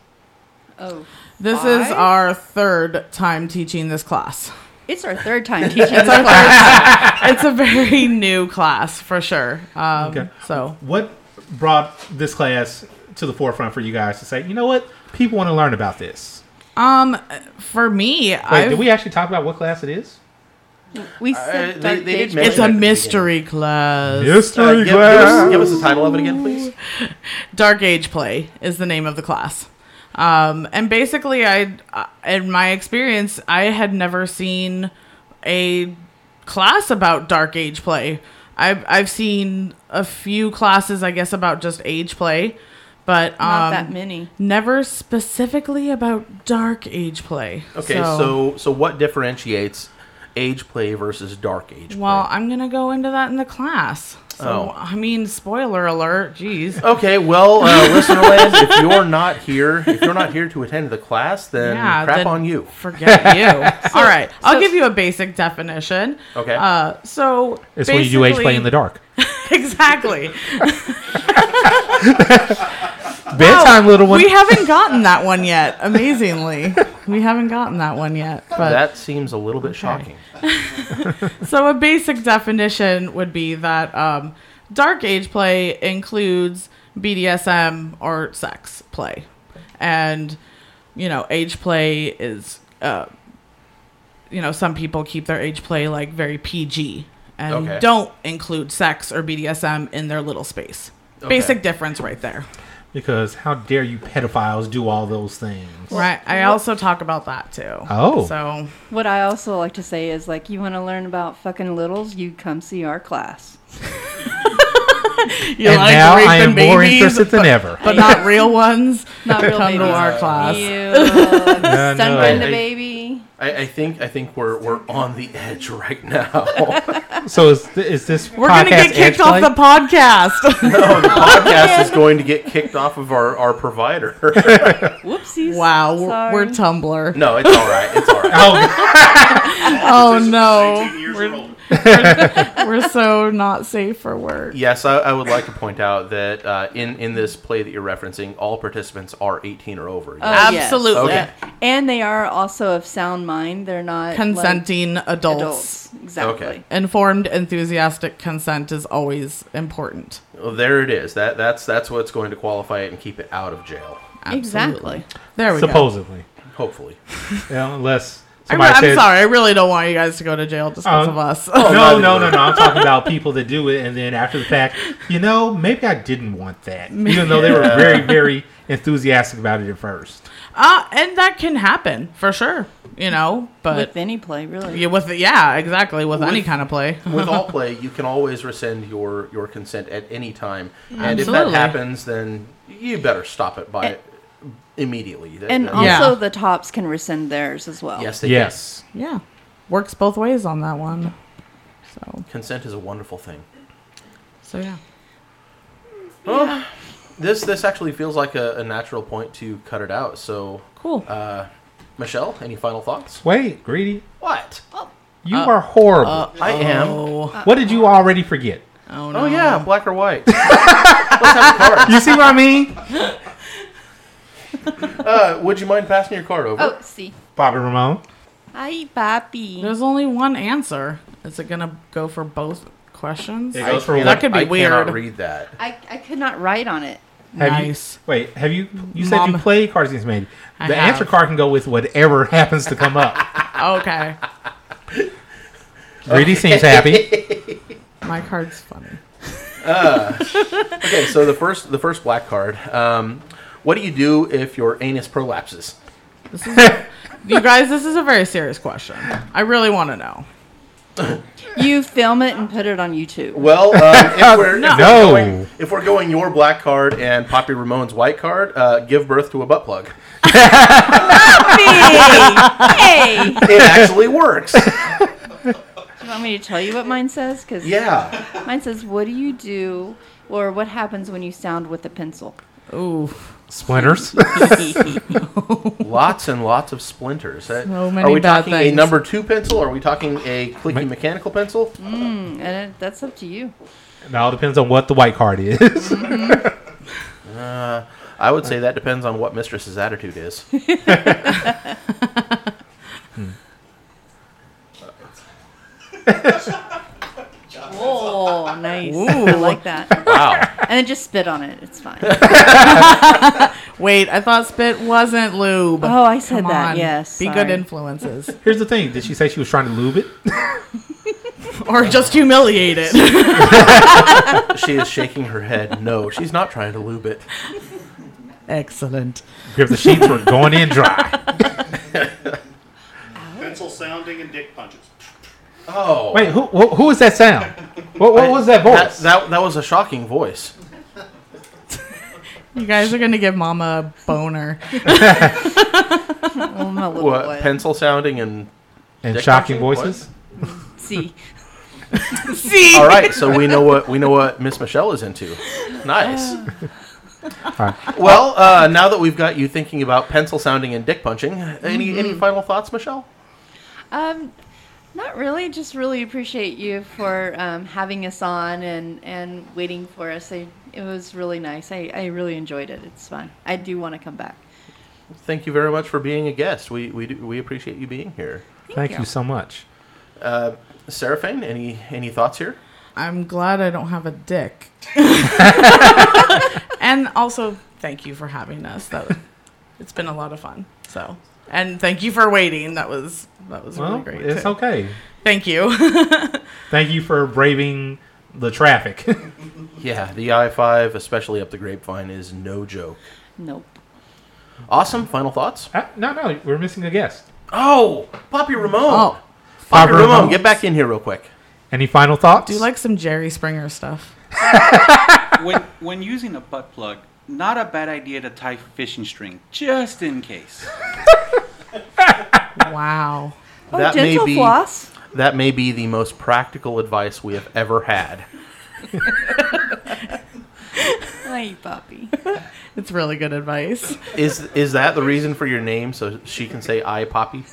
Speaker 1: Oh,
Speaker 2: This is
Speaker 1: Five?
Speaker 2: our third time teaching this class.
Speaker 1: it's our third
Speaker 2: *laughs*
Speaker 1: time teaching.
Speaker 2: It's our first. it's
Speaker 1: *laughs*
Speaker 2: a very new class for sure. Um,
Speaker 5: Okay.
Speaker 2: So
Speaker 5: What brought this class to the forefront for you guys to say, you know what, people want to learn about this?
Speaker 2: um, for me,
Speaker 5: Wait,
Speaker 2: I
Speaker 5: did we actually talk about what class it is?
Speaker 1: we
Speaker 6: Uh,
Speaker 1: said
Speaker 6: they-
Speaker 1: Dark
Speaker 6: they did
Speaker 1: Age
Speaker 6: mention
Speaker 2: it's
Speaker 1: Wizard.
Speaker 2: a
Speaker 6: at the
Speaker 2: mystery class.
Speaker 6: Uh, give, give us, give us the title of it again, please.
Speaker 2: Dark Age Play is the name of the class. Um, and basically, I, uh, in my experience, I had never seen a class about Dark Age Play. I've, I've seen a few classes, I guess, about just age play, but um,
Speaker 1: Not that many.
Speaker 2: never specifically about Dark Age Play.
Speaker 6: Okay, so so what differentiates age play versus dark age
Speaker 2: Well,
Speaker 6: play?
Speaker 2: I'm going to go into that in the class. So,
Speaker 6: Oh.
Speaker 2: I mean, spoiler alert, jeez.
Speaker 6: Okay, well,
Speaker 2: *laughs*
Speaker 6: uh, listener land, if you're not here, if you're not here to attend the class, then
Speaker 2: Yeah,
Speaker 6: crap
Speaker 2: then-
Speaker 6: on you.
Speaker 2: Forget
Speaker 5: *laughs*
Speaker 2: you. All right, I'll give you a basic definition.
Speaker 6: Okay.
Speaker 2: Uh, so
Speaker 5: It's when you do age play
Speaker 2: basically- *laughs*
Speaker 5: in the dark.
Speaker 2: exactly.
Speaker 5: Bedtime, little one.
Speaker 2: we haven't gotten that one yet. Amazingly, we haven't gotten that one yet. But
Speaker 6: that seems a little bit shocking.
Speaker 2: so a basic definition would be that um, dark age play includes BDSM or sex play, and you know age play is uh, you know some people keep their age play like very PG and
Speaker 6: Okay.
Speaker 2: don't include sex or BDSM in their little space. Basic difference right there.
Speaker 5: because how dare you pedophiles do all those things?
Speaker 2: Right. I also talk about that too.
Speaker 5: Oh.
Speaker 2: So
Speaker 1: What I also like to say is like, you want to learn about fucking littles, you come see our class.
Speaker 2: you
Speaker 5: and now I am
Speaker 2: raping
Speaker 5: more
Speaker 2: babies,
Speaker 5: interested than ever.
Speaker 2: but not real ones.
Speaker 1: Not real
Speaker 2: Come
Speaker 1: babies.
Speaker 2: to our class. *laughs*
Speaker 1: Ew,
Speaker 5: no,
Speaker 1: sunburn the
Speaker 6: I-
Speaker 1: baby.
Speaker 6: I, I think I think we're we're on the edge right now. *laughs* no,
Speaker 5: So is, th- is this
Speaker 2: *laughs* We're gonna get
Speaker 5: podcast
Speaker 2: kicked
Speaker 5: edge
Speaker 2: off
Speaker 5: play?
Speaker 2: the podcast. *laughs*
Speaker 6: the podcast is going to get kicked off of our, our provider. *laughs*
Speaker 1: Whoopsies.
Speaker 2: wow, we're, we're
Speaker 1: Sorry.
Speaker 2: Tumblr.
Speaker 6: no, it's all right. It's all right.
Speaker 5: *laughs* Oh,
Speaker 2: Oh no, we're,
Speaker 1: *laughs*
Speaker 2: we're so not safe for work.
Speaker 6: Yes, I, I would like to point out that uh, in in this play that you're referencing, all participants are 18 or over.
Speaker 1: Oh, yes.
Speaker 2: Absolutely,
Speaker 6: Okay.
Speaker 1: And they are also of sound mind. They're not like,
Speaker 2: consenting adults.
Speaker 1: adults. Exactly.
Speaker 6: Okay.
Speaker 2: Informed, enthusiastic consent is always important.
Speaker 6: Well, there it is. That that's that's what's going to qualify it and keep it out of jail.
Speaker 2: Absolutely. *laughs* There we go.
Speaker 5: supposedly.
Speaker 6: Hopefully.
Speaker 5: Yeah, unless
Speaker 2: I
Speaker 5: somebody
Speaker 2: am
Speaker 5: says,
Speaker 2: sorry. I really don't want you guys to go to jail just because
Speaker 5: Um,
Speaker 2: of us. *laughs*
Speaker 5: No,
Speaker 6: neither
Speaker 5: no, no,
Speaker 6: do
Speaker 5: no. I'm talking about people that do it, and then after the fact, you know, maybe I didn't want
Speaker 2: *laughs*
Speaker 5: that, even though they were very, very enthusiastic about it at first.
Speaker 2: Uh, and that can happen for sure. You know, but
Speaker 1: With any play, really.
Speaker 2: yeah, with yeah, exactly with, any kind of play.
Speaker 6: With all play, you can always rescind your your consent at any time, and if
Speaker 2: Absolutely.
Speaker 6: that happens, then you better stop it by immediately. That-
Speaker 1: And
Speaker 6: that-
Speaker 1: also,
Speaker 2: Yeah.
Speaker 1: the tops can rescind theirs as well.
Speaker 6: yes, they can.
Speaker 5: Yes.
Speaker 2: Yeah, works both ways on that one. So
Speaker 6: Consent is a wonderful thing.
Speaker 2: so yeah.
Speaker 6: Well, this this actually feels like a, a natural point to cut it out. So,
Speaker 2: Cool.
Speaker 6: uh, Michelle, any final thoughts?
Speaker 5: Wait, greedy.
Speaker 6: What?
Speaker 5: You
Speaker 2: Uh,
Speaker 5: are horrible.
Speaker 6: I am.
Speaker 5: what did you already forget?
Speaker 2: Oh
Speaker 6: Oh
Speaker 2: no.
Speaker 6: yeah, black or
Speaker 2: *laughs*
Speaker 6: white. Let's have a card.
Speaker 5: You see what I mean?
Speaker 6: Uh, would you mind passing your card over?
Speaker 1: Oh, see.
Speaker 5: Bobby Ramone.
Speaker 1: Hi, Papi.
Speaker 2: There's only one answer. Is it gonna go for both questions?
Speaker 5: It goes for
Speaker 6: I-
Speaker 5: one.
Speaker 2: could be
Speaker 6: I cannot
Speaker 2: weird.
Speaker 6: read that.
Speaker 1: I, I could not write on it.
Speaker 5: Have
Speaker 2: Nice.
Speaker 5: You, wait, have you? You said you
Speaker 2: Mom.
Speaker 5: play Cards Against Humanity.
Speaker 2: I
Speaker 5: The
Speaker 2: have.
Speaker 5: answer card can go with whatever *laughs* happens to come up.
Speaker 2: Okay.
Speaker 5: *laughs* Greedy seems happy.
Speaker 2: My card's funny.
Speaker 6: Okay, so the first the first black card. Um, what do you do if your anus prolapses?
Speaker 2: You guys, this is a very serious question. I really want to know.
Speaker 1: You film it and put it on YouTube.
Speaker 6: Well, um, if we're if
Speaker 5: No.
Speaker 6: we're going, if we're going your black card and Poppy Ramone's white card, uh, give birth to a butt plug.
Speaker 1: *laughs* hey! Do
Speaker 6: It actually works.
Speaker 1: you want me to tell you what mine says? Because
Speaker 6: Yeah.
Speaker 1: mine says, what do you do or what happens when you sound with a pencil?
Speaker 2: Ooh.
Speaker 1: *laughs*
Speaker 5: Splinters.
Speaker 6: Lots and lots of splinters. Uh,
Speaker 2: So many
Speaker 6: are we
Speaker 2: bad
Speaker 6: talking a
Speaker 2: things.
Speaker 6: number two pencil? Are we talking a clicky
Speaker 5: Ma-
Speaker 6: mechanical pencil?
Speaker 1: And it, that's up to you.
Speaker 5: it all depends on what the white card is. *laughs*
Speaker 6: I would say that depends on what mistress's attitude is.
Speaker 1: Oh, *laughs* nice. I like that.
Speaker 6: Wow.
Speaker 1: And then just spit on it. It's fine. *laughs*
Speaker 2: Wait, I thought spit wasn't lube.
Speaker 1: Oh, I said
Speaker 2: Come
Speaker 1: that,
Speaker 2: on.
Speaker 1: yes,
Speaker 2: Be good
Speaker 1: sorry.
Speaker 2: influences.
Speaker 5: Here's the thing. Did she say she was trying to lube it?
Speaker 2: or just humiliate
Speaker 1: *laughs*
Speaker 2: it.
Speaker 6: she is shaking her head. No, she's not trying to lube it.
Speaker 2: Excellent.
Speaker 5: Because the sheets were going in dry.
Speaker 8: Pencil sounding and dick punches.
Speaker 6: Oh.
Speaker 5: *laughs* Wait, who who, who is that sound? What, what was that
Speaker 6: That,
Speaker 5: voice?
Speaker 6: that, that was a shocking voice.
Speaker 2: You guys are going to give mama
Speaker 1: *laughs*
Speaker 2: a boner.
Speaker 1: Oh, *laughs* my little
Speaker 6: What,
Speaker 1: boy.
Speaker 6: pencil sounding and
Speaker 5: and
Speaker 6: Dick
Speaker 5: shocking
Speaker 6: punching?
Speaker 5: voices.
Speaker 1: See.
Speaker 6: *laughs*
Speaker 1: Oh,
Speaker 2: See?
Speaker 6: All right, so we know what we know what Miss Michelle is into. Nice.
Speaker 5: Alright.
Speaker 6: *laughs* Well, uh, now that we've got you thinking about pencil sounding and dick punching, any any final thoughts, Michelle?
Speaker 1: Um, not really. Just really appreciate you for um, having us on and, and waiting for us. I, it was really nice. I, I really enjoyed it. It's fun. I do want to come back.
Speaker 6: Thank you very much for being a guest. We we do, we appreciate you being here.
Speaker 5: Thank you so much.
Speaker 6: Seraphine, any any thoughts here?
Speaker 2: I'm glad I don't have a dick. and also, thank you for having us. That was, it's been a lot of fun. So, and thank you for waiting. That was that was
Speaker 5: Well,
Speaker 2: really great.
Speaker 5: it's
Speaker 2: too.
Speaker 5: okay.
Speaker 2: Thank you.
Speaker 5: Thank you for braving the traffic. *laughs*
Speaker 6: Yeah, the I five, especially up the grapevine, is no joke.
Speaker 1: Nope.
Speaker 6: Awesome. Final thoughts?
Speaker 5: Uh, no, no, we're missing a guest.
Speaker 6: Oh, Poppy Ramone.
Speaker 2: *laughs* oh,
Speaker 6: Poppy
Speaker 5: Barbara
Speaker 6: Ramone,
Speaker 5: Ramone.
Speaker 6: get back in here real quick.
Speaker 5: Any final thoughts?
Speaker 2: do you like some Jerry Springer stuff?
Speaker 7: when *laughs* when using a butt plug, not a bad idea to tie fishing string just in case.
Speaker 2: Wow.
Speaker 1: Oh,
Speaker 6: That may
Speaker 1: dental
Speaker 6: be-
Speaker 1: floss.
Speaker 6: That may be the most practical advice we have ever had.
Speaker 1: Hi, Poppy.
Speaker 2: It's really good advice.
Speaker 6: Is is that the reason for your name so she can say I Poppy?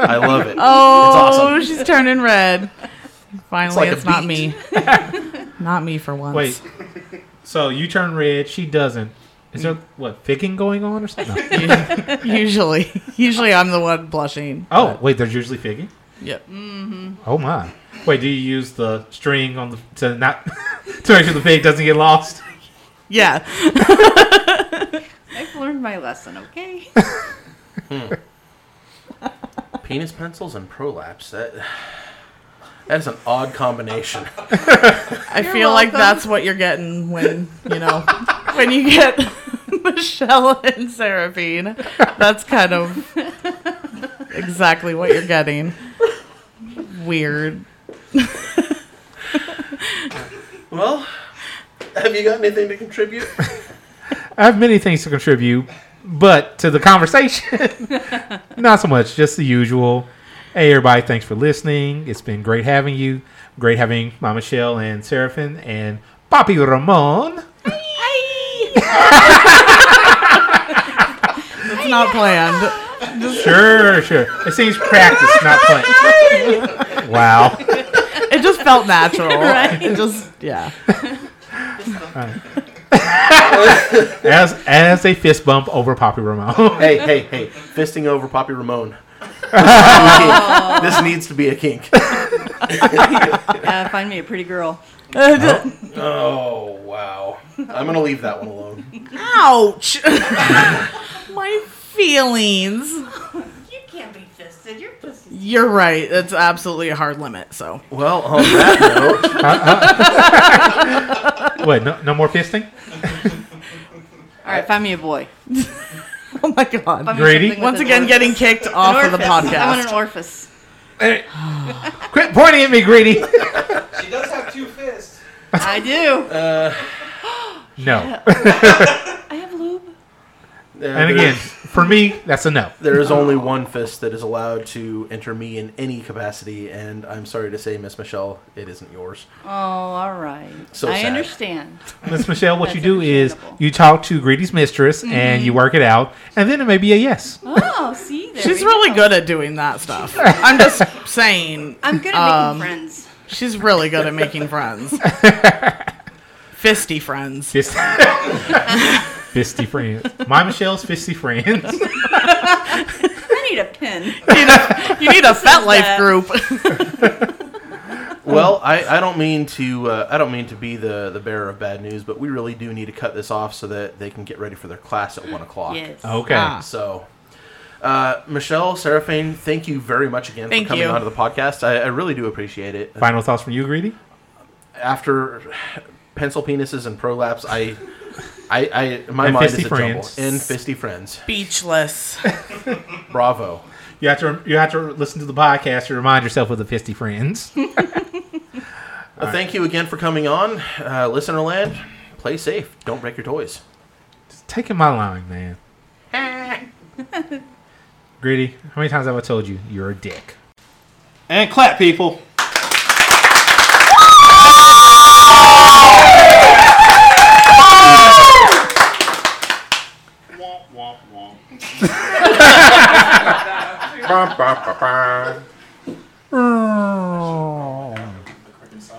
Speaker 6: I love
Speaker 2: *laughs*
Speaker 6: it.
Speaker 2: Oh,
Speaker 6: awesome.
Speaker 2: she's turning red. Finally, it's,
Speaker 6: like a
Speaker 2: not
Speaker 6: beat.
Speaker 2: me. *laughs* not me for once.
Speaker 5: Wait. So you turn red, she doesn't. Is there what ficking going on or something? No.
Speaker 2: usually, usually I'm the one blushing.
Speaker 5: Oh, wait, there's usually ficking.
Speaker 2: Yep.
Speaker 5: Oh my. Wait, do you use the string on the to not *laughs* to make sure the pig doesn't get lost?
Speaker 2: Yeah.
Speaker 1: I've learned my lesson,
Speaker 2: *laughs*
Speaker 1: okay?
Speaker 6: Penis pencils and prolapse. That that is an odd combination.
Speaker 2: I feel like
Speaker 1: welcome.
Speaker 2: that's what you're getting when you know when you get *laughs* Michelle and Seraphine. That's kind of exactly what you're getting. Weird.
Speaker 6: Well, have you got anything to contribute?
Speaker 5: I have many things to contribute, but to the conversation, *laughs* not so much, just the usual. Hey, everybody, thanks for listening. It's been great having you. Great having my Michelle and Seraphin and Papi Ramon.
Speaker 2: It's not planned.
Speaker 5: Sure, sure. It seems practice, not play. *laughs* Wow.
Speaker 2: It just felt
Speaker 1: *laughs*
Speaker 2: natural.
Speaker 1: Right.
Speaker 2: It just yeah.
Speaker 5: As as a fist bump over Poppy Ramon. *laughs*
Speaker 6: Hey, hey, hey! Fisting over Poppy Ramon. *laughs* this needs to be a kink.
Speaker 1: Uh, find me a pretty girl.
Speaker 6: Oh wow! I'm gonna leave that one alone.
Speaker 2: Ouch! *laughs* My feelings.
Speaker 1: You can't be fisted. You're fisted.
Speaker 2: You're right. That's absolutely a hard limit. So
Speaker 6: Well, on that note,
Speaker 5: Wait, no, no more fisting?
Speaker 1: All right, find me a boy.
Speaker 2: oh my god.
Speaker 1: Find me
Speaker 5: Greedy?
Speaker 1: something with
Speaker 2: Once
Speaker 1: an
Speaker 2: again,
Speaker 1: orifice.
Speaker 2: getting kicked
Speaker 1: An
Speaker 2: off of the
Speaker 1: orifice. I want
Speaker 2: podcast.
Speaker 1: an orifice.
Speaker 5: Quit pointing at me, greedy. *laughs*
Speaker 9: She does have two fists.
Speaker 1: I
Speaker 2: *laughs*
Speaker 1: do.
Speaker 5: No.
Speaker 1: I have lube.
Speaker 2: Uh,
Speaker 5: And again, for me, that's a no.
Speaker 6: there is only one fist that is allowed to enter me in any capacity, and I'm sorry to say, Miss Michelle, it isn't yours.
Speaker 1: Oh, all right.
Speaker 6: So
Speaker 1: I
Speaker 6: sad.
Speaker 1: understand.
Speaker 5: Miss Michelle, what you
Speaker 1: That's
Speaker 5: do is
Speaker 1: understandable. Mm-hmm.
Speaker 5: you talk to Greedy's mistress and you work it out, and then it may be a yes.
Speaker 1: Oh, see, there
Speaker 2: She's
Speaker 1: we
Speaker 2: really
Speaker 1: go.
Speaker 2: good at doing that stuff.
Speaker 1: *laughs*
Speaker 2: I'm just saying,
Speaker 1: I'm good at
Speaker 2: Um,
Speaker 1: making friends.
Speaker 2: she's really good at making friends.
Speaker 1: *laughs*
Speaker 2: Fisty friends.
Speaker 5: Fist- *laughs* fisty friends. My Michelle's fisty friends.
Speaker 1: *laughs* I need a pin.
Speaker 2: You need a Fat Life
Speaker 1: that. *laughs*
Speaker 2: group.
Speaker 6: Well, I, I don't mean to uh, I don't mean to be the, the bearer of bad news, but we really do need to cut this off so that they can get ready for their class at one o'clock.
Speaker 1: Yes.
Speaker 5: Okay.
Speaker 2: Ah.
Speaker 6: So, uh, Michelle, Seraphine, thank you very much again
Speaker 2: Thank
Speaker 6: for coming
Speaker 2: you.
Speaker 6: onto the podcast. I, I really do appreciate it.
Speaker 5: Final thoughts from you, Greedy?
Speaker 6: After pencil penises and prolapse, I, I, I my
Speaker 5: And
Speaker 6: mind is a
Speaker 5: fisty
Speaker 6: jumble.
Speaker 5: friends.
Speaker 6: And fisty friends.
Speaker 2: Speechless.
Speaker 6: Bravo.
Speaker 5: You have to you have to listen to the podcast to remind yourself of the fisty
Speaker 1: *laughs*
Speaker 5: friends.
Speaker 6: Uh, Thank you again for coming on, uh, listener land. Play safe. Don't break your toys.
Speaker 5: Taking my line, man.
Speaker 1: *laughs*
Speaker 5: Greedy, how many times have I told you you're a dick?
Speaker 8: And clap, people. womp, womp, womp.